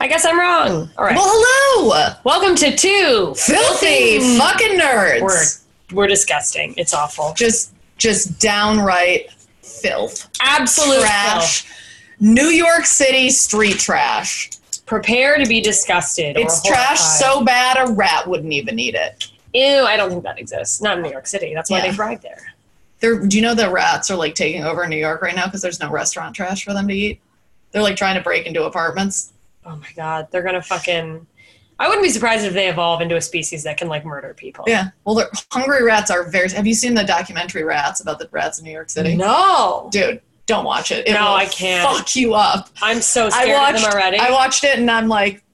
I guess I'm wrong. All right. Mm. Well, hello, Welcome to two filthy fucking nerds. We're we're disgusting. It's awful. Just, just downright filth, Absolute trash, filth. New York City street trash. Prepare to be disgusted. or It's trash horrified. so bad a rat wouldn't even eat it. ew. I don't think that exists. Not in New York City. That's why Yeah. they thrive there. They're, do you know the rats are like taking over New York right now because there's no restaurant trash for them to eat? They're like trying to break into apartments. Oh my god, they're gonna fucking. I wouldn't be surprised if they evolve into a species that can like murder people. Yeah. Well, they're, hungry rats are very. Have you seen the documentary Rats about the rats in New York City? No, Dude, don't watch it. It No, will I can't. Fuck you up. I'm so I scared watched. of them already. I watched it and I'm like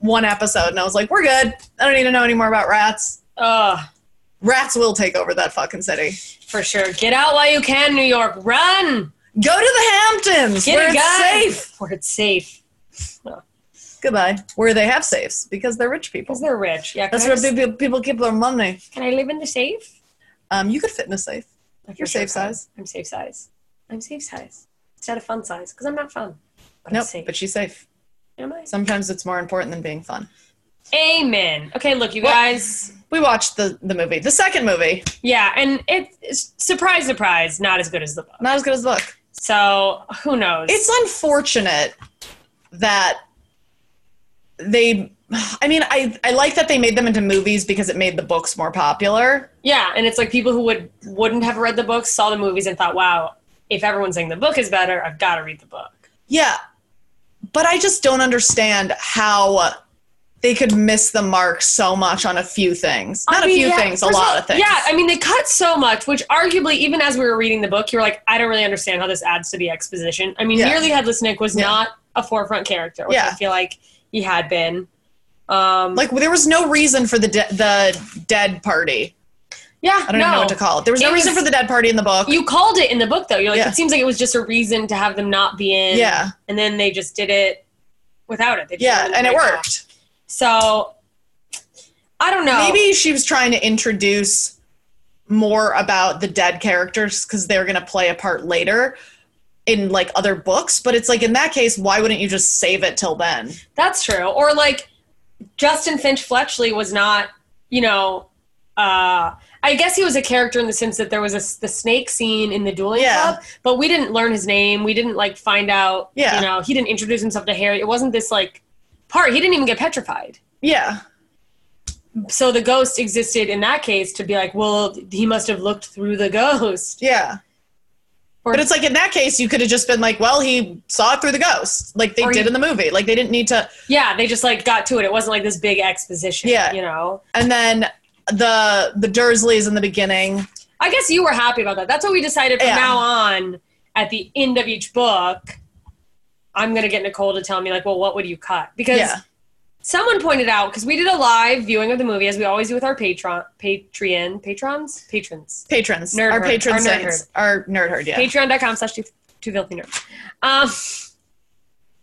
one episode and I was like, we're good. I don't need to know any more about rats. Ugh, Rats will take over that fucking city. for sure. Get out while you can, New York. Run. Go to the Hamptons Get where a it's gun. safe. Where it's safe. Goodbye. Where they have safes because they're rich people. Because they're rich. Yeah. That's can I where just- people, people keep their money. Can I live in the safe? Um, you could fit in a safe. Like You're safe size. I'm safe size. I'm safe size. Instead of fun size, because I'm not fun. But nope, I'm safe. but she's safe. Am I? Sometimes it's more important than being fun. Amen. Okay, look, you Well- guys. We watched the, the movie, the second movie, Yeah, and it, it's surprise, surprise, not as good as the book. not as good as the book. So who knows? It's unfortunate that they. I mean, I I like that they made them into movies because it made the books more popular. yeah, and it's like people who would wouldn't have read the books saw the movies and thought, wow, if everyone's saying the book is better, I've got to read the book. Yeah, but I just don't understand how they could miss the mark so much on a few things. I Not mean, a few yeah, things, a first lot all- of things. Yeah, I mean, they cut so much, which arguably, even as we were reading the book, you were like, I don't really understand how this adds to the exposition. I mean, Yeah. Nearly Headless Nick was Yeah. not a forefront character, which I Yeah. feel like he had been. Um, like there was no reason for the de- the dead party. yeah, I don't even know what to call it. There was It no reason was- for the dead party in the book. You called it in the book, though. You're like, Yeah. it seems like it was just a reason to have them not be in. Yeah. And then they just did it without it. They just yeah, did and it without. worked. So I don't know. Maybe she was trying to introduce more about the dead characters because they're going to play a part later in like other books. But it's like in that case, why wouldn't you just save it till then? That's true. Or like Justin Finch Fletchley was not, you know, uh, I guess he was a character in the sense that there was a s the snake scene in the dueling Yeah. club, but we didn't learn his name. We didn't like find out. Yeah. You know, he didn't introduce himself to Harry. It wasn't this like part. He didn't even get petrified. Yeah, So the ghost existed in that case to be like, well, he must have looked through the ghost. yeah. Or- but it's like in that case, you could have just been like, well, he saw it through the ghost, like they Or did you- in the movie. Like they didn't need to. Yeah, they just like got to it. It wasn't like this big exposition. Yeah. You know. And then the the Dursleys in the beginning. I guess you were happy about that. That's what we decided from Yeah. now on. At the end of each book, I'm gonna get Nicole to tell me like, well, what would you cut? Because Yeah. someone pointed out because we did a live viewing of the movie as we always do with our patron, Patreon, patrons, patrons. patrons, Nerd our herd. patron Our nerd saints, our nerd herd. Yeah, Patreon.com slash two two filthy nerds. Um,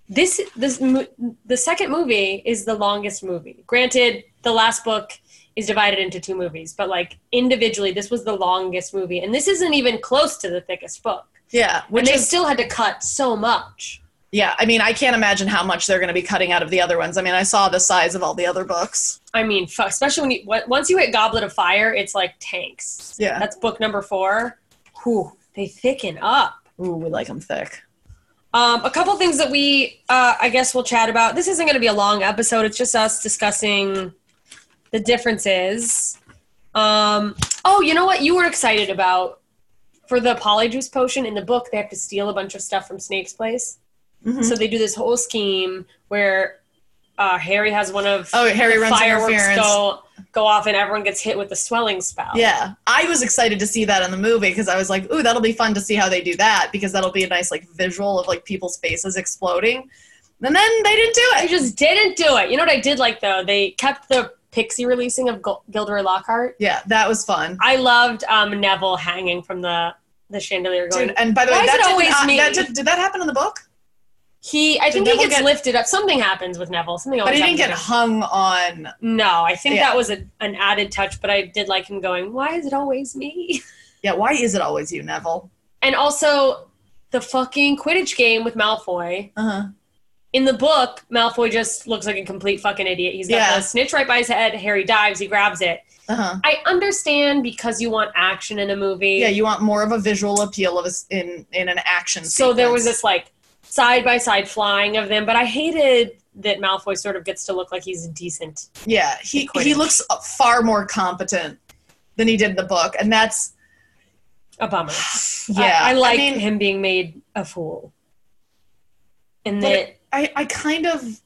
this this mo- the second movie is the longest movie. Granted, the last book is divided into two movies, but like individually, this was the longest movie, and this isn't even close to the thickest book. yeah. When Which they is still had to cut so much. yeah. I mean, I can't imagine how much they're going to be cutting out of the other ones. I mean, I saw the size of all the other books. I mean, fuck, especially when you w- once you hit Goblet of Fire, it's like tanks. Yeah. that's book number four. Whew, they thicken up. Ooh, we like them thick. Um, a couple things that we, uh, I guess, we'll chat about. This isn't going to be a long episode. It's just us discussing the differences. Um, oh, you know what? You were excited about for the polyjuice potion in the book. They have to steal a bunch of stuff from Snake's place, Mhm. so they do this whole scheme where uh, Harry has one of oh, Harry the runs fireworks interference. go go off, and everyone gets hit with the swelling spout. Yeah, I was excited to see that in the movie because I was like, "Ooh, that'll be fun to see how they do that because that'll be a nice like visual of like people's faces exploding." And then they didn't do I it. just didn't do it. You know what I did like though? They kept the pixie releasing of Gil- Gilderoy Lockhart. Yeah, that was fun. I loved um, Neville hanging from the the chandelier. Going, Dude, and by the way, Why is that it didn't- always uh, me? that did, did that happen in the book? he, I think he Neville gets get- lifted up. Something happens with Neville. Something. But Always he didn't get happens with hung on him. No, I think Yeah. that was a, an added touch. But I did like him going, "Why is it always me?" Yeah, why is it always you, Neville? And also the fucking Quidditch game with Malfoy. Uh-huh. in the book, Malfoy just looks like a complete fucking idiot. He's got Yeah. the snitch right by his head. Harry dives. He grabs it. Uh-huh. I understand because you want action in a movie. Yeah, you want more of a visual appeal of us in in an action. so there was sequence. this like side by side flying of them, but I hated that Malfoy sort of gets to look like he's decent. Yeah, he Quidditch. he looks far more competent than he did in the book, and that's A bummer. yeah. I, I like mean, him being made a fool. And But that I, I kind of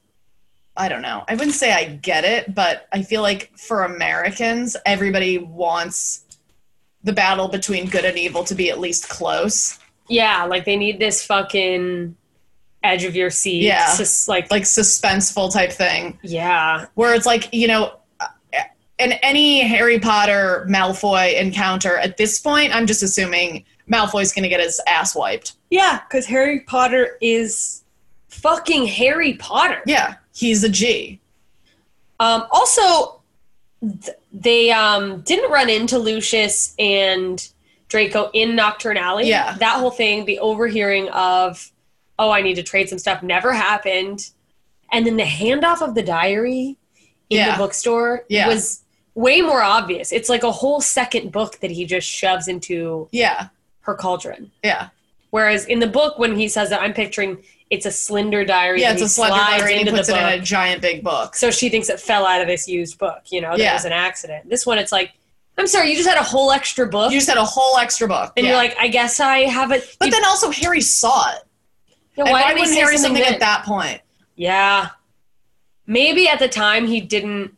I don't know. I wouldn't say I get it, but I feel like for Americans, everybody wants the battle between good and evil to be at least close. yeah, like they need this fucking edge of your seat. Yeah. It's just like, Like suspenseful type thing. yeah. Where it's like, you know, uh, in any Harry Potter Malfoy encounter at this point, I'm just assuming Malfoy's gonna get his ass wiped. Yeah, because Harry Potter is fucking Harry Potter. Yeah. He's a G. Um, also, th- they um, didn't run into Lucius and Draco in Nocturnally. Yeah. That whole thing, the overhearing of, oh, I need to trade some stuff, never happened. And then the handoff of the diary in Yeah. the bookstore Yeah. was way more obvious. It's like a whole second book that he just shoves into Yeah. her cauldron. Yeah. Whereas in the book, when he says that, I'm picturing it's a slender diary. Yeah, that it's he a slender slides diary and into he the puts it in book. a giant big book. So she thinks it fell out of this used book, you know, that Yeah. was an accident. This one, it's like, I'm sorry, you just had a whole extra book. You just had a whole extra book. and Yeah. you're like, I guess I have it. But you- then also Harry saw it. you know, And why why didn't wouldn't he say Harry something, something then? at that point? Yeah. Maybe at the time he didn't,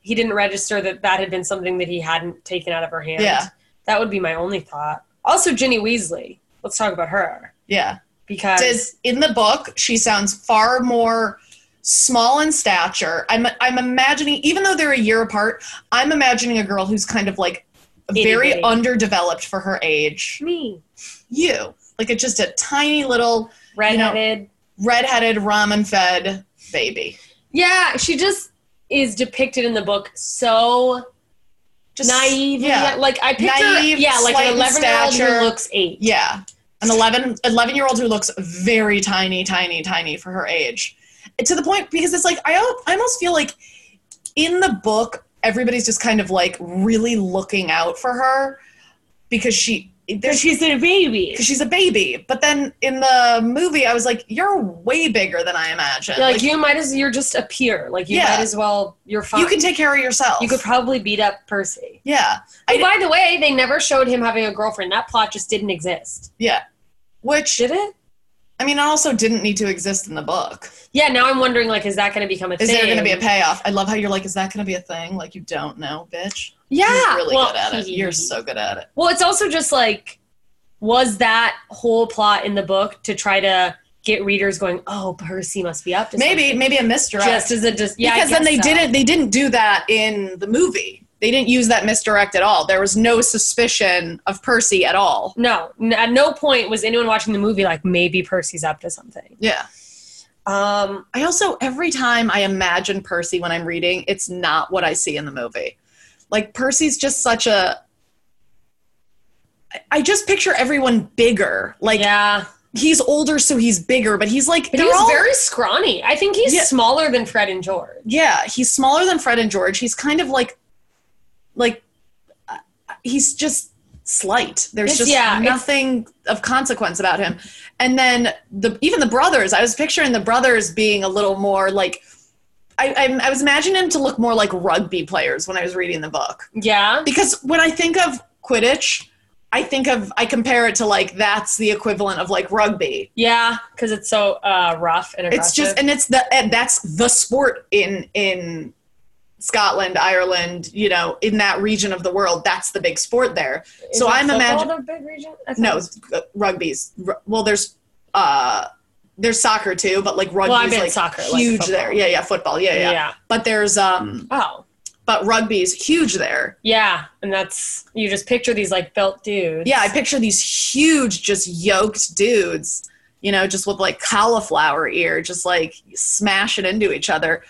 he didn't register that that had been something that he hadn't taken out of her hand. Yeah. That would be my only thought. Also, Ginny Weasley. Let's talk about her Yeah. because Does in the book she sounds far more small in stature. I'm I'm imagining even though they're a year apart, I'm imagining a girl who's kind of like very Itty bitty. underdeveloped for her age. me, You. Like it's just a tiny little redheaded, redheaded ramen fed baby. yeah, she just is depicted in the book so Just naive. Yeah. Like I picture, Naive, yeah, like slight an in 11 year old stature. who looks eight. Yeah. An 11, 11 year old who looks very tiny, tiny, tiny for her age. To the point, because it's like, I, al- I almost feel like in the book, everybody's just kind of like really looking out for her because she, Because there's, she's a baby. because she's a baby. But then in the movie, I was like, you're way bigger than I imagined. You're like, you might as you're just a peer. Like you Yeah. might as well. You're fine. you can take care of yourself. You could probably beat up Percy. yeah. I Oh, by the way, they never showed him having a girlfriend. That plot just didn't exist. Which, Did it? I mean, also didn't need to exist in the book. Yeah. Now I'm wondering, like, is that going to become a thing? Is there going to be a payoff? I love how you're like, is that going to be a thing? Like, you don't know, bitch. Yeah. You're really well, good at it. You're so good at it. Well, it's also just like, was that whole plot in the book to try to get readers going? Oh, Percy must be up to Maybe, something. maybe a misdirect. Just as a dis- yeah, I because then guess they so. didn't they didn't do that in the movie. They didn't use that misdirect at all. There was no suspicion of Percy at all. No, n- at no point was anyone watching the movie like maybe Percy's up to something. Yeah. Um, I also every time I imagine Percy when I'm reading, it's not what I see in the movie. Like Percy's just such a I- I just picture everyone bigger. Like yeah, he's older, so he's bigger, but he's like but they're he's all- very scrawny. I think he's Yeah. smaller than Fred and George. yeah he's smaller than fred and george he's kind of like like uh, he's just slight there's It's- just yeah, it's- nothing of consequence about him and then the even the brothers i was picturing the brothers being a little more like I, I, I was imagining him to look more like rugby players when i was reading the book Yeah, because when i think of quidditch i think of i compare it to like that's the equivalent of like rugby yeah, because it's so uh, rough and aggressive. it's just and it's the and that's the sport in in Scotland, Ireland, you know, in that region of the world, that's the big sport there. so I'm imagin- imagining big region. I thought- No, it's, uh, rugby's ru- well, there's uh, there's soccer too, but like rugby's Well, I meant like soccer, like huge football. there. Yeah, yeah, football. Yeah, yeah, yeah. But there's um, Oh, but rugby's huge there. yeah, and that's you just picture these like built dudes. Yeah, I picture these huge, just yoked dudes, you know, just with like cauliflower ear, just like smashing into each other.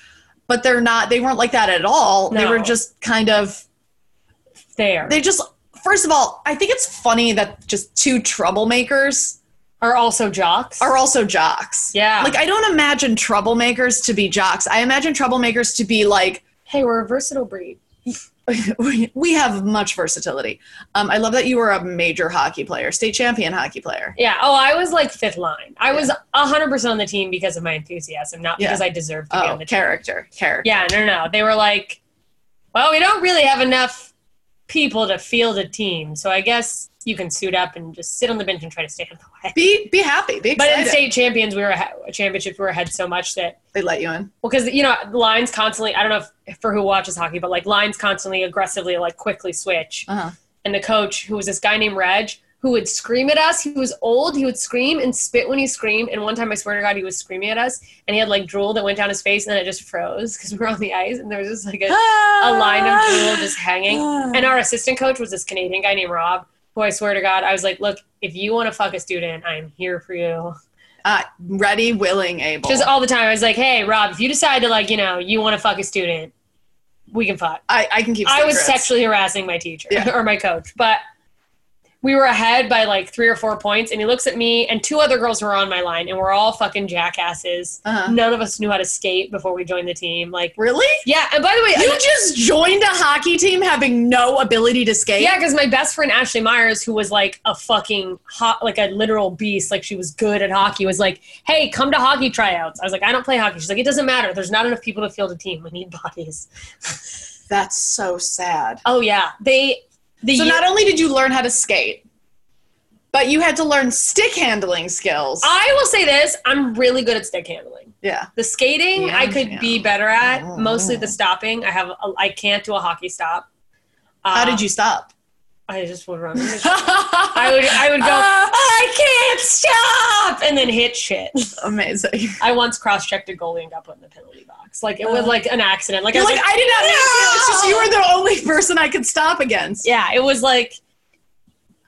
But they're not, they weren't like that at all. They were No. just kind of, there they just, first of all, I think it's funny that just two troublemakers Are also jocks. are also jocks. yeah. Like I don't imagine troublemakers to be jocks. I imagine troublemakers to be like hey, we're a versatile breed. we have much versatility. Um, I love that you were a major hockey player, state champion hockey player. Yeah. Oh, I was like fifth line. I was hundred percent on the team because of my enthusiasm, not Yeah. because I deserved to be Oh, on the team. character, character. Yeah. No, no, no. They were like, well, we don't really have enough people to field a team, so I guess you can suit up and just sit on the bench and try to stay out of the way. Be be happy. Be But excited. in state champions, we were ahead, championships. We were ahead so much that they let you in. well, because you know lines constantly. I don't know if, for who watches hockey, but like lines constantly aggressively like quickly switch. Uh-huh. And the coach, who was this guy named Reg, who would scream at us. He was old. He would scream and spit when he screamed. And one time, I swear to God, he was screaming at us, and he had like drool that went down his face, and then it just froze because we were on the ice, and there was just like a, a line of drool just hanging. And our assistant coach was this Canadian guy named Rob, who I swear to God, I was like, look, if you want to fuck a student, I'm here for you. uh, ready, willing, able. Just all the time. I was like, hey, Rob, if you decide to, like, you know, you want to fuck a student, we can fuck. I, I can keep. I was secrets. sexually harassing my teacher Yeah. or my coach, but we were ahead by like three or four points. And he looks at me and two other girls who were on my line, and we're all fucking jackasses. Uh-huh. None of us knew how to skate before we joined the team. Like, Really? yeah. And by the way, You just joined a hockey team having no ability to skate. Yeah, because my best friend Ashley Myers, who was like a fucking hot, like a literal beast, like she was good at hockey, was like, "Hey, come to hockey tryouts." I was like, "I don't play hockey." She's like, "It doesn't matter. There's not enough people to field a team. We need bodies." That's so sad. Oh yeah, they the So year- not only did you learn how to skate, but you had to learn stick handling skills. I will say this: I'm really good at stick handling. yeah. The skating Yeah, I could yeah. be better at. Mm. Mostly the stopping. I have a, I can't do a hockey stop. How Uh, did you stop? I just would run. I I would I would go. "Oh, Uh, I can't stop, and then hit shit. Amazing. I once cross-checked a goalie and got put in the penalty box. Like it was Oh. like an accident. Like I You're was like, like, I did not mean to. It's just you were the only person I could stop against. yeah, it was like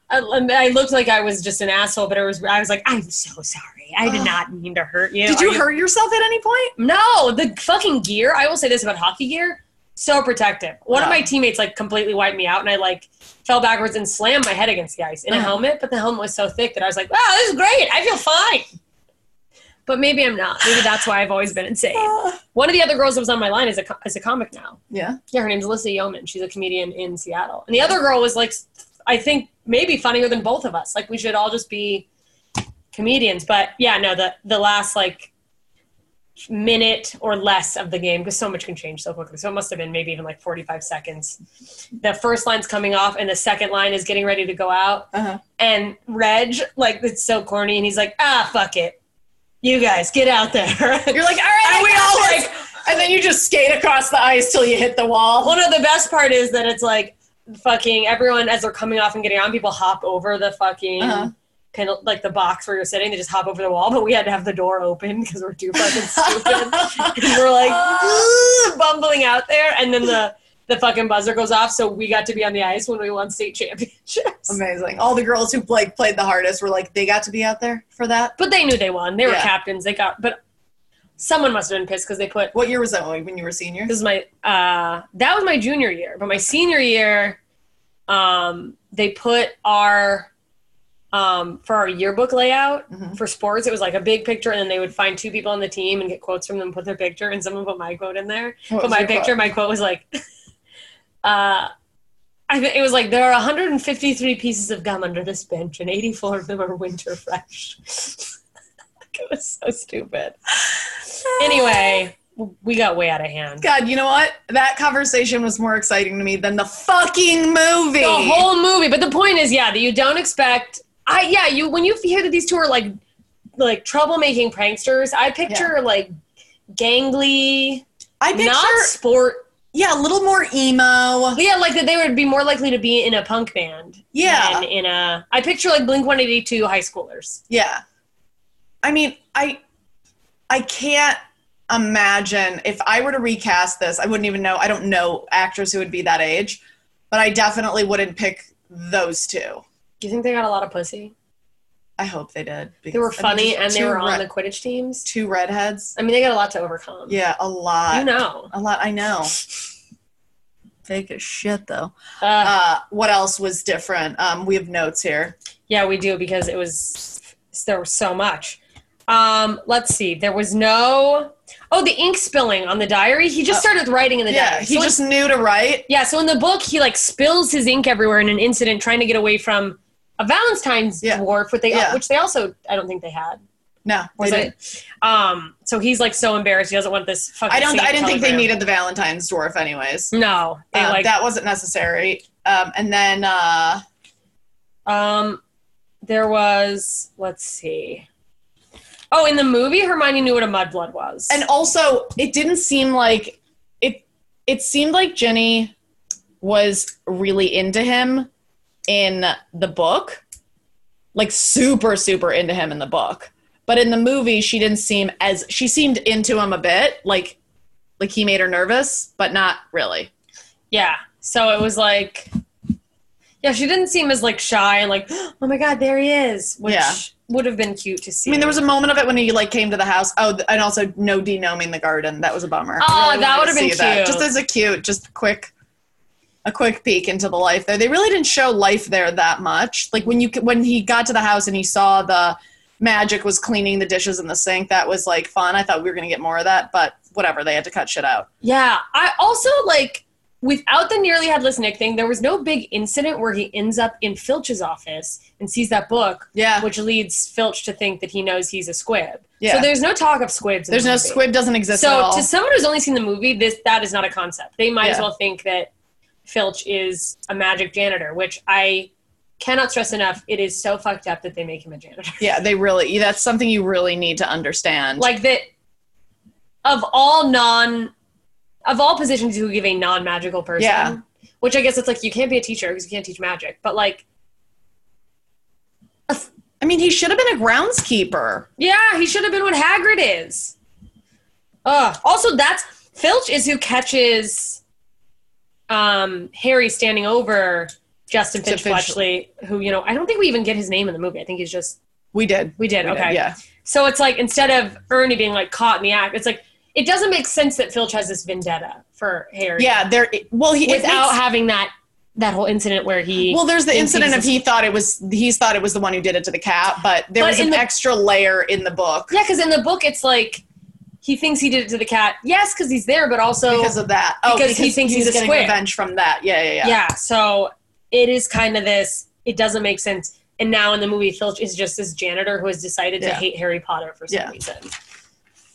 I, I looked like I was just an asshole, but it was I was like, I'm so sorry. I did Ugh. not mean to hurt you. Did Are you hurt yourself at any point? No, the fucking gear. I will say this about hockey gear. So protective. One of Oh. my teammates like completely wiped me out, and I like fell backwards and slammed my head against the ice in a Oh. helmet. But the helmet was so thick that I was like, "Wow, this is great. I feel fine." But maybe I'm not. Maybe that's why I've always been Uh. insane. One of the other girls that was on my line is a co- is a comic now. yeah. Yeah, her name's Alyssa Yeoman. She's a comedian in Seattle. And the other girl was like, I think maybe funnier than both of us. Like we should all just be comedians. But yeah, no, the the last like minute or less of the game because so much can change so quickly. So it must have been maybe even like forty five seconds. The first line's coming off, and the second line is getting ready to go out. Uh-huh. And Reg, like it's so corny, and he's like, ah, fuck it, you guys get out there. You're like, all right, And I we got all, this." and then you just skate across the ice till you hit the wall. Well, no, the best part is that it's like fucking everyone as they're coming off and getting on, people hop over the fucking Uh-huh. kind of like the box where you're sitting. They just hop over the wall, but we had to have the door open because we're too fucking stupid. and we're like Uh. bumbling out there, and then the the fucking buzzer goes off, so we got to be on the ice when we won state championships. Amazing. All the girls who like played the hardest were like, they got to be out there for that. But they knew they won. They were Yeah. captains. They got, but someone must have been pissed because they put What year was that when when you were senior? this is my uh that was my junior year but my senior year um they put our um for our yearbook layout Mhm. for sports it was like a big picture and then they would find two people on the team and get quotes from them put their picture and someone put my quote in there but What was my your picture quote? my quote was like uh I think it was like there are 153 pieces of gum under this bench, and 84 of them are winter fresh. it was so stupid. Anyway, we got way out of hand. God, you know what? That conversation was more exciting to me than the fucking movie. the whole movie. But the point is, yeah, that you don't expect. I yeah, you when you hear that these two are like like troublemaking pranksters, I picture like gangly, I picture, not sport. yeah, a little more emo. Yeah, like that they would be more likely to be in a punk band. Yeah, than in a I picture like Blink One Eighty Two high schoolers. yeah. I mean, I, I can't imagine if I were to recast this. I wouldn't even know. I don't know actors who would be that age, but I definitely wouldn't pick those two. Do you think they got a lot of pussy? I hope they did. Because They were I mean, funny and they two were on red- the Quidditch teams. two redheads. I mean, they got a lot to overcome. Yeah, a lot. you know. A lot. I know. Fake as shit though. Uh, Uh, what else was different? Um, we have notes here. yeah, we do because it was there was so much. Um, let's see. There was no. Oh, the ink spilling on the diary. He just Oh. started writing in the yeah, diary. he So in- just knew to write. yeah. So in the book, he like spills his ink everywhere in an incident trying to get away from a Valentine's Yeah. dwarf, which they Yeah. which they also I don't think they had. No, Was they it? didn't. Um. So he's like so embarrassed. He doesn't want this fucking. I don't. secret I didn't think they telegram. needed the Valentine's dwarf, anyways. No, they Um, like that wasn't necessary. Um, and then uh, Um, there was. Let's see. Oh, in the movie, Hermione knew what a mudblood was. and also it didn't seem like it. It seemed like Jenny was really into him in the book, like super super into him in the book. But in the movie, she didn't seem as she seemed into him a bit, like like he made her nervous, but not really. yeah, so it was like, yeah, she didn't seem as like shy and like, oh my god, there he is, which Yeah. would have been cute to see. I mean, there was a moment of it when he like came to the house. Oh, th- and also no denoming the garden. That was a bummer. Oh, I that wanted would've to been see that. cute. Just as a cute, just quick, a quick peek into the life there. They really didn't show life there that much. Like when you c- when he got to the house and he saw the magic was cleaning the dishes in the sink. That was like fun. I thought we were gonna get more of that, but whatever. They had to cut shit out. yeah, I also like without the nearly headless Nick thing, there was no big incident where he ends up in Filch's office and sees that book, Yeah, which leads Filch to think that he knows he's a squib. yeah. So there's no talk of squibs. in There's the no movie. squib doesn't exist at so all. to someone who's only seen the movie this that is not a concept they might as Yeah. well think that filch is a magic janitor which i cannot stress enough it is so fucked up that they make him a janitor yeah, they really. That's something you really need to understand. like that of all non of all positions you would give a non-magical person Yeah. which i guess it's like you can't be a teacher because you can't teach magic but like I mean, he should have been a groundskeeper. yeah he should have been what hagrid is Ugh. also that's filch is who catches um harry standing over justin To finch Finch- fletchley who you know i don't think we even get his name in the movie i think he's just We did. we did We did, okay Yeah. so it's like instead of ernie being like caught in the act it's like it doesn't make sense that filch has this vendetta for harry Yeah, there. Well, he it without makes- having that that whole incident where he well, there's the thinks incident he's of he thought it was he's thought it was the one who did it to the cat, but there But was in an the- extra layer in the book yeah because in the book it's like he thinks he did it to the cat yes because he's there but also because of that. Oh, because he thinks he's a getting square. revenge from that. Yeah, yeah, yeah. yeah. so it is kind of this it doesn't make sense and now in the movie filch is just this janitor who has decided to Yeah. hate harry potter for some Yeah. reason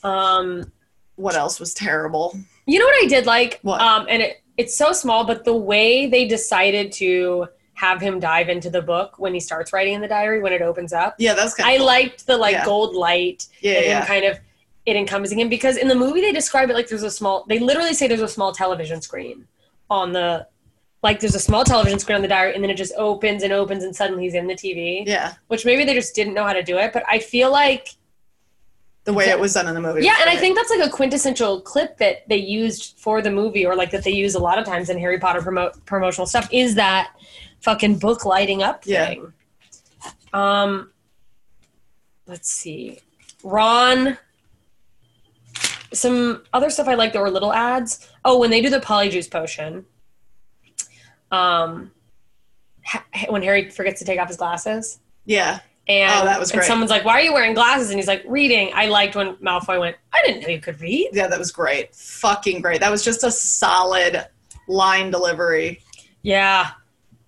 um What else was terrible? you know what i did like What? um and it, it's so small but the way they decided to have him dive into the book when he starts writing in the diary when it opens up Yeah, that's kind i liked the like Yeah. gold light Yeah, and him yeah. kind of it encompassing him because in the movie they describe it like there's a small they literally say there's a small television screen on the like there's a small television screen on the diary and then it just opens and opens and suddenly he's in the TV Yeah, which maybe they just didn't know how to do it but I feel like the way it was done in the movie. yeah was and I great. think that's like a quintessential clip that they used for the movie or like that they use a lot of times in Harry Potter promo- promotional stuff is that fucking book lighting up Yeah. thing um let's see Ron. Some other stuff I like. There were little ads. Oh, when they do the polyjuice potion. Um, ha- when Harry forgets to take off his glasses, yeah, and, Oh, that was and great. someone's like, "Why are you wearing glasses?" And he's like, "Reading." I liked when Malfoy went, "I didn't know you could read." yeah, that was great. Fucking great. That was just a solid line delivery. Yeah.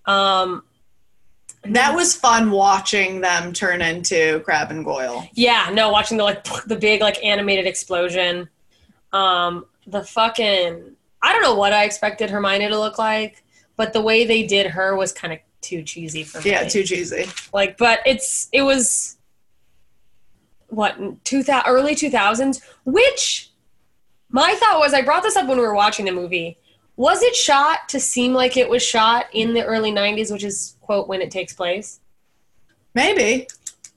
Um. That was fun watching them turn into Crab and Goyle. Yeah. No, watching the like the big like animated explosion. Um. The fucking I don't know what I expected Hermione to look like, but the way they did her was kind of too cheesy for me. Yeah, too cheesy. like but it's it was what 2000 early 2000s which my thought was i brought this up when we were watching the movie was it shot to seem like it was shot in the early 90s which is quote when it takes place Maybe.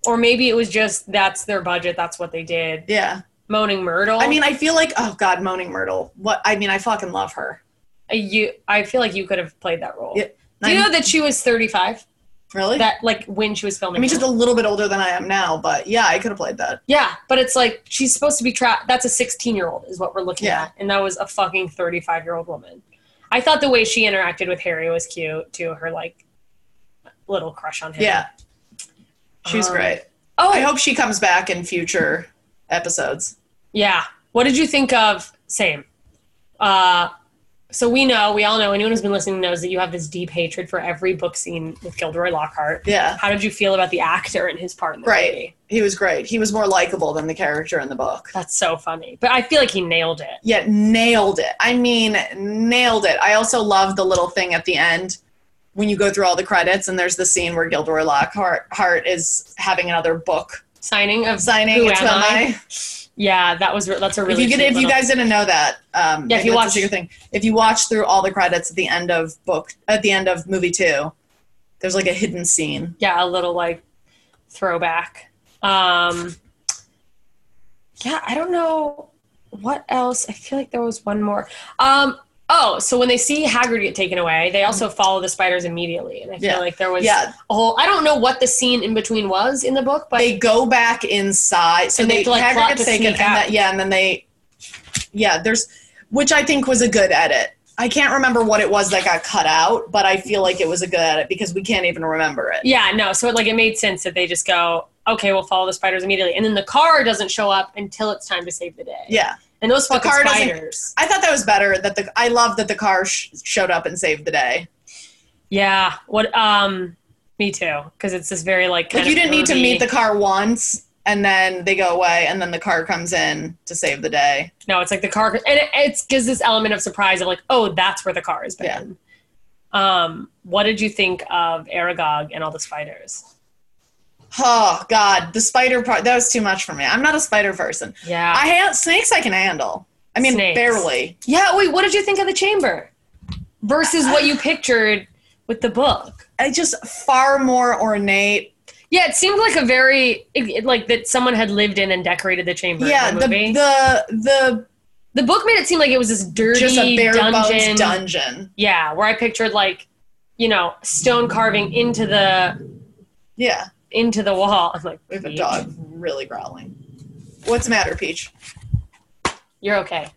or maybe it was just that's their budget that's what they did Yeah. moaning myrtle I mean, I feel like oh god, Moaning Myrtle. What I mean, I fucking love her. I, Uh, you i feel like you could have played that role Yeah. do you I'm- know that she was 35 really? that like when she was I filming mean, it? she's a little bit older than I am now, but yeah, I could have played that. Yeah, but it's like she's supposed to be trapped. That's a 16 year old, is what we're looking Yeah. at. And that was a fucking 35 year old woman. I thought the way she interacted with Harry was cute, too. Her like little crush on him. Yeah, she's Um, great. Oh, I hope she comes back in future episodes. Yeah. What did you think of? Same. Uh, so we know, we all know, anyone who's been listening knows that you have this deep hatred for every book scene with Gilderoy Lockhart. Yeah. How did you feel about the actor and his part in the Right. movie? He was great. He was more likable than the character in the book. That's so funny. But I feel like he nailed it. Yet nailed it. I mean, nailed it. I also love the little thing at the end when you go through all the credits and there's the scene where Gilderoy Lockhart Hart is having another book Signing of signing. Who It's am Am I? yeah, that was re- that's a really if you cute get, if you little- guys didn't know that, um, Yeah, if maybe you that's a watch- secret thing. If you watch through all the credits at the end of book at the end of movie two, there's like a hidden scene. yeah a little like throwback um yeah i don't know what else i feel like there was one more um oh so when they see haggard get taken away they also follow the spiders immediately and i feel Mm-hmm. Yeah. like there was Yeah, a whole i don't know what the scene in between was in the book but they go back inside. So And they they, have to, like, Hagrid plot gets to taken, sneak and out. that- yeah, and then they, yeah, there's, which I think was a good edit. I can't remember what it was that got cut out, but I feel like it was a good edit because we can't even remember it. yeah no so it like it made sense that they just go okay we'll follow the spiders immediately and then the car doesn't show up until it's time to save the day Yeah, and those The fucking car doesn't- spiders I thought that was better. That the I love that the car sh- showed up and saved the day. yeah what um me too because it's this very like Like kind you of didn't need to curvy- meet the car once, and then they go away, and then the car comes in to save the day. No, it's like the car, and it, it's gives this element of surprise of like, oh, that's where the car has been. Um, what did you think of Aragog and all the spiders? Oh God, the spider part that was too much for me. I'm not a spider person. Yeah. I ha- snakes I can handle. I mean, Ah. Snakes. barely. yeah. Wait, what did you think of the chamber versus what you pictured with the book? I just far more ornate. Yeah, it seemed like a very it, it- like that someone had lived in and decorated the chamber. yeah, Yeah, the, the movie. The, the book made it seem like it was this the dirty just a bare dungeon. bones dungeon. Yeah, where I pictured like, you know, stone carving into the Yeah, into the wall. I'm like, we have a "Yeesh." dog really growling. What's the matter, Peach? You're okay.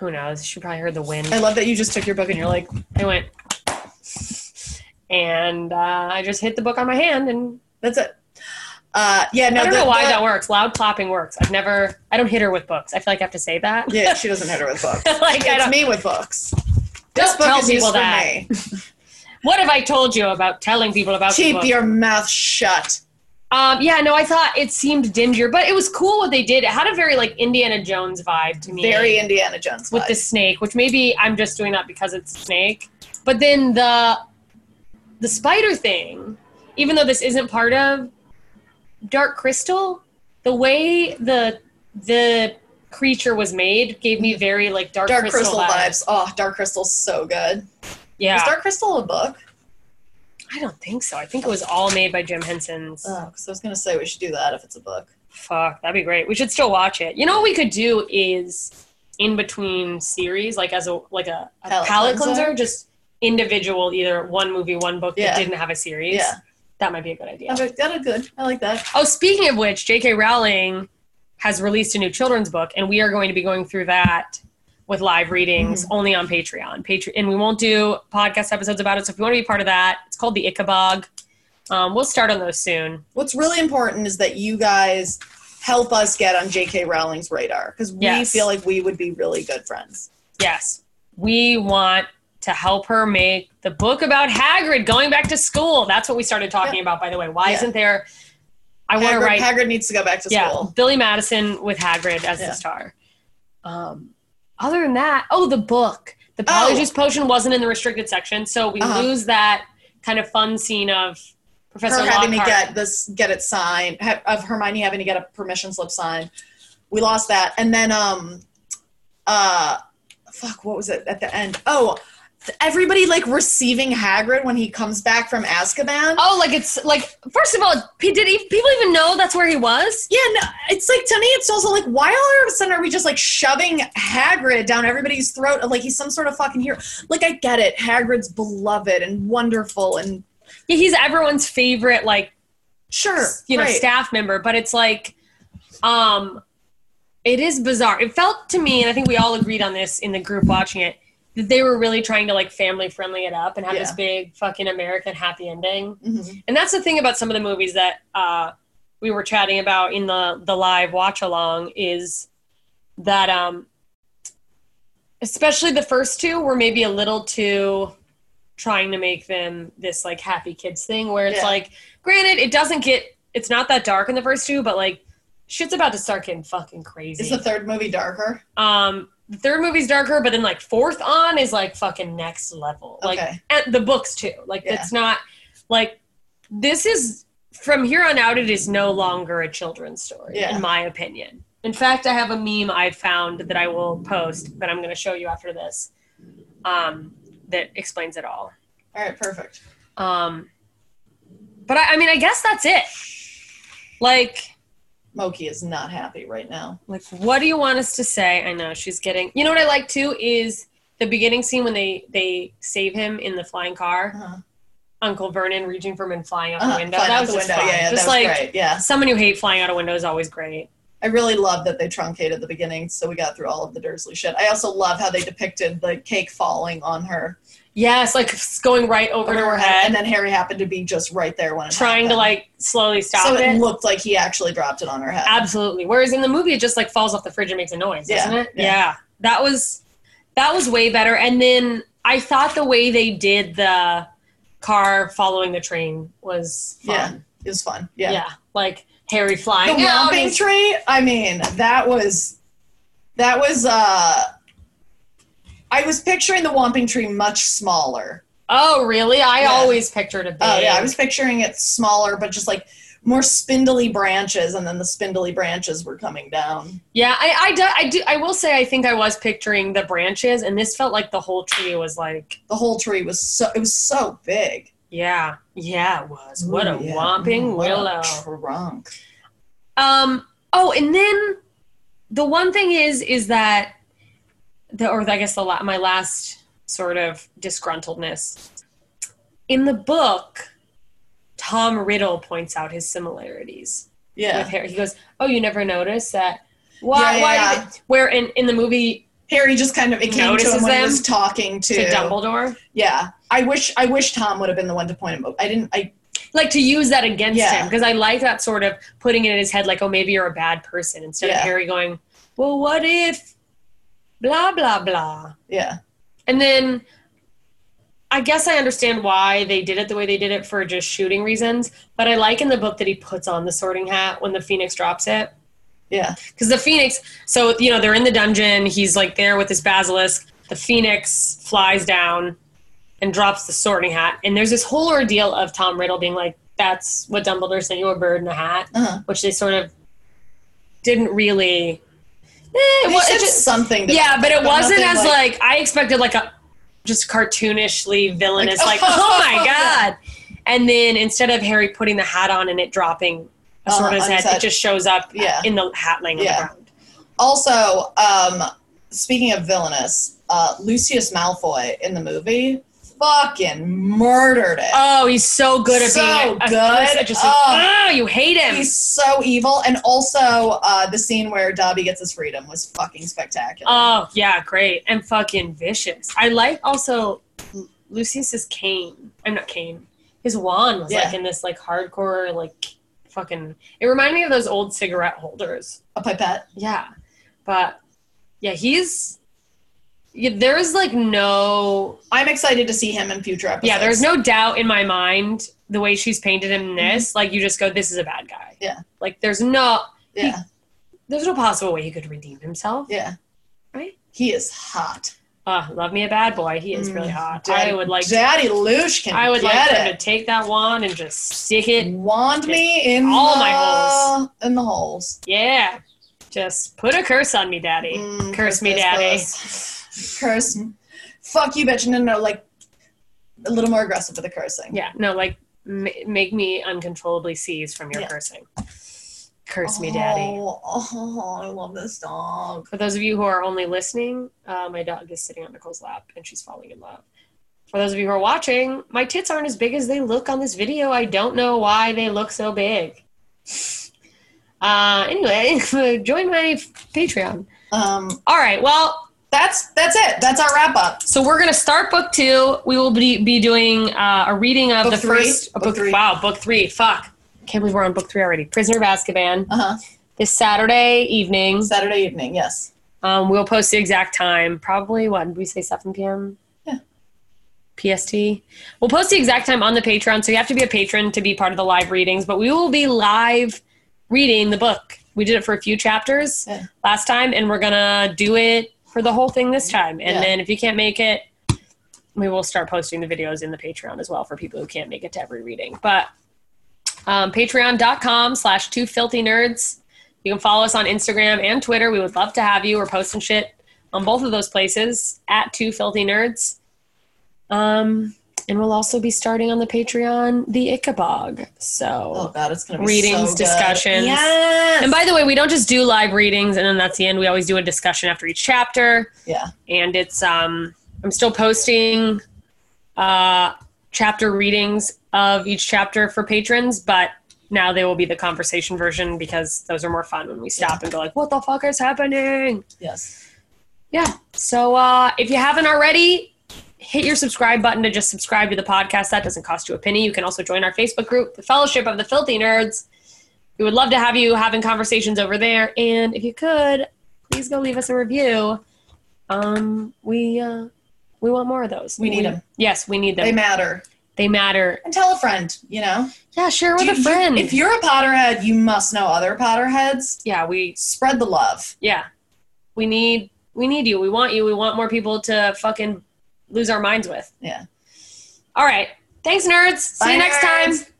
Who knows? She probably heard the wind. I love that you just took your book and you're like, I went, and uh, I just hit the book on my hand, and that's it. Uh, yeah, no, I don't the- know why the- that works. Loud clapping works. I've never, I don't hit her with books. I feel like I have to say that. Yeah, she doesn't hit her with books. like I it's don't. me with books. This Don't book tell is used people for that. me. What have I told you about telling people about the Keep book? your mouth shut. Um, yeah, no, I thought it seemed dingier, but it was cool what they did. It had a very like Indiana Jones vibe to me. Very Indiana Jones. with vibe. the snake, which maybe I'm just doing that because it's a snake. But then the the spider thing, even though this isn't part of Dark Crystal, the way the the creature was made gave me very like Dark, Dark Crystal, Crystal vibes. vibes. Oh, Dark Crystal's so good. Is Yeah, Dark Crystal a book? I don't think so. I think it was all made by Jim Henson's. Oh, because I was gonna say we should do that if it's a book. Fuck, that'd be great. We should still watch it. You know what we could do is in between series, like as a like a, a palette, Palette cleanser, cleanser? just individual, either one movie, one book Yeah. that didn't have a series. Yeah. That might be a good idea. Okay, that's good. I like that. Oh, speaking of which, J.K. Rowling has released a new children's book, and we are going to be going through that with live readings Mm-hmm. only on Patreon. Patreon, and we won't do podcast episodes about it. So if you want to be part of that, it's called the Ichabog. Um, we'll start on those soon. What's really important is that you guys help us get on J.K. Rowling's radar because we Yes. feel like we would be really good friends. Yes, we want to help her make the book about Hagrid going back to school. That's what we started talking about, by the way. Why Yeah. isn't there? I want to Hagrid, write Hagrid needs to go back to yeah, school. Billy Madison with Hagrid as Yeah. the star. Um, other than that, oh, the book, the Oh. Polyjuice potion wasn't in the restricted section, so we Uh-huh. lose that kind of fun scene of Professor Her having to Lockhart. get this, get it signed, ha- of Hermione having to get a permission slip signed. We lost that, and then um, uh, fuck, what was it at the end? Oh, th- everybody like receiving Hagrid when he comes back from Azkaban. oh, like it's like first of all, pe- did e- people even know that's where he was? Yeah, no, it's like to me, it's also like why all of a sudden are we just like shoving Hagrid down everybody's throat like he's some sort of fucking hero? Like I get it, Hagrid's beloved and wonderful and Yeah, he's everyone's favorite like sure, you know right. staff member but it's like um it is bizarre it felt to me and i think we all agreed on this in the group watching it that they were really trying to like family friendly it up and have this Yeah. big fucking american happy ending Mhm. and that's the thing about some of the movies that uh we were chatting about in the the live watch along is that um especially the first two were maybe a little too trying to make them this like happy kids thing where it's Yeah. like granted it doesn't get it's not that dark in the first two but like shit's about to start getting fucking crazy Is the third movie darker? um the third movie's darker but then like fourth on is like fucking next level like Okay. at the books too like Yeah. it's not like this is from here on out it is no longer a children's story Yeah. in my opinion in fact i have a meme i found that i will post that i'm going to show you after this um that explains it all All right, perfect. um but i, I mean i guess that's it like Moki is not happy right now. Like, what do you want us to say? I know she's getting. You know what I like too is the beginning scene when they they save him in the flying car. Uh-huh. Uncle Vernon reaching for him and flying out Uh-huh, the window. flying That out was the just window. fun. Yeah, yeah, just that was like great. Yeah, someone who hates flying out a window is always great. I really love that they truncated the beginning, so we got through all of the Dursley shit. I also love how they depicted the cake falling on her Yes, like s- going right over, to her and head, then Harry happened to be just right there when it trying to happened. like slowly stop so it. it looked like he actually dropped it on her head. Absolutely. Whereas in the movie, it just like falls off the fridge and makes a noise, Yeah, doesn't it? yeah. That was that was way better. And then I thought the way they did the car following the train was fun. Yeah. It was fun. Yeah. Yeah. Like Harry The flying out. whopping and- tree. I mean, that was that was uh I was picturing the Whomping Tree much smaller. oh, really? I Yeah. always pictured a big. Oh yeah, I was picturing it smaller, but just like more spindly branches, and then the spindly branches were coming down. Yeah, I, I, do, I do. I will say, I think I was picturing the branches, and this felt like the whole tree was like, The whole tree was so it was so big. yeah, yeah, it was. What a Ooh, yeah. whomping Mm, what a willow. trunk. Um. Oh, and then the one thing is, is that the, or I guess the la- my last sort of disgruntledness in the book, Tom Riddle points out his similarities. Yeah. with Harry. He goes, "Oh, you never noticed that? Why? Yeah, why? yeah, did it-" Where in in the movie Harry just kind of it came to Notices him when he them was talking to, to Dumbledore, Yeah. I wish I wish Tom would have been the one to point him out. I didn't I like to use that against Yeah. him because I like that sort of putting it in his head, like, oh, maybe you're a bad person, instead Yeah. of Harry going, well, what if, blah blah blah, yeah. and then. I guess I understand why they did it the way they did it for just shooting reasons, but I like in the book that he puts on the sorting hat when the phoenix drops it. Yeah. because the phoenix so you know they're in the dungeon he's like there with his basilisk the phoenix flies down and drops the sorting hat and there's this whole ordeal of tom riddle being like that's what dumbledore sent you a bird in a hat Uh-huh. which they sort of didn't really eh, They it wa- it said just- something. To yeah but it but wasn't nothing as like- like, i expected like a just cartoonishly villainous Like, like, oh my god and then instead of harry putting the hat on and it dropping a Uh-huh, sword on his on head his head. it just shows up Yeah. in the hat laying Yeah. on the ground Also, um, speaking of villainous, uh, Lucius Malfoy in the movie fucking murdered it. Oh, he's so good at So being a- a, good. person Just like, Oh. "Ah, you hate him. He's so evil, and also uh, the scene where Dobby gets his freedom was fucking spectacular. oh yeah, great and fucking vicious. I like also Lu- Lucius's cane. I'm not cane. His wand was like Yeah. in this like hardcore like fucking. It reminded me of those old cigarette holders. a pipette. Yeah, but yeah, he's. Yeah, there is like no I'm excited to see him in future episodes. yeah there's no doubt in my mind the way she's painted him in this like you just go this is a bad guy Mm-hmm. Yeah. like there's no yeah, there's no possible way he could redeem himself yeah, Right? He is hot. Uh, love me a bad boy. He is really Mm, hot. Daddy, I would like. To, Daddy Lush can I would get like for him it. Mm. to take that wand and just stick it. Wand me in all the, my holes. In the holes. Yeah, just put a curse on me, daddy. Mm, curse me, daddy. Curse. Curse. Fuck you, bitch. No, no, no, like a little more aggressive with the cursing. Yeah, no, like m- make me uncontrollably seize from your Yeah. cursing. Curse me, daddy. Oh, oh, I love this dog. For those of you who are only listening, uh, my dog is sitting on Nicole's lap and she's falling in love. For those of you who are watching, my tits aren't as big as they look on this video. I don't know why they look so big. Uh, anyway, join my Patreon. Um, All right, well, that's that's it. That's our wrap up. so we're going to start book two. We will be, be doing uh, a reading of Book the three? first. Book book, three. Wow, book three. Fuck. can't believe we're on book three already. Prisoner of Azkaban Uh huh. this Saturday evening. Saturday evening. Yes. Um, we'll post the exact time. Probably what did we say? Seven p.m. Yeah. PST. We'll post the exact time on the Patreon, so you have to be a patron to be part of the live readings. But we will be live reading the book. We did it for a few chapters Yeah. last time, and we're gonna do it for the whole thing this time. And Yeah. then if you can't make it, we will start posting the videos in the Patreon as well for people who can't make it to every reading. But um, patreon.com slash two filthy nerds. You can follow us on Instagram and Twitter. We would love to have you. We're posting shit on both of those places at two filthy nerds. Um, and we'll also be starting on the Patreon the Ichabog. So Oh God, it's gonna be readings, so good. discussions. Yes. and by the way, we don't just do live readings and then that's the end. We always do a discussion after each chapter. yeah. And it's um I'm still posting uh chapter readings of each chapter for patrons, but now they will be the conversation version because those are more fun when we stop and go like, what the fuck is happening? Yes. Yeah. So uh, if you haven't already, hit your subscribe button to just subscribe to the podcast. That doesn't cost you a penny. You can also join our Facebook group, The Fellowship of the Filthy Nerds. We would love to have you having conversations over there. And if you could, please go leave us a review. Um, we uh, we want more of those. We need 'em. Yes, we need them. They They, matter. matter. And tell a friend. You know. Yeah, share Do with a you- friend. If you're a Potterhead, you must know other Potterheads. yeah, we Spread the love. Yeah. We need we need you. We want you. We want more people to fucking lose our minds with. Yeah. All right. Thanks, nerds. See Bye, you next nerds. time.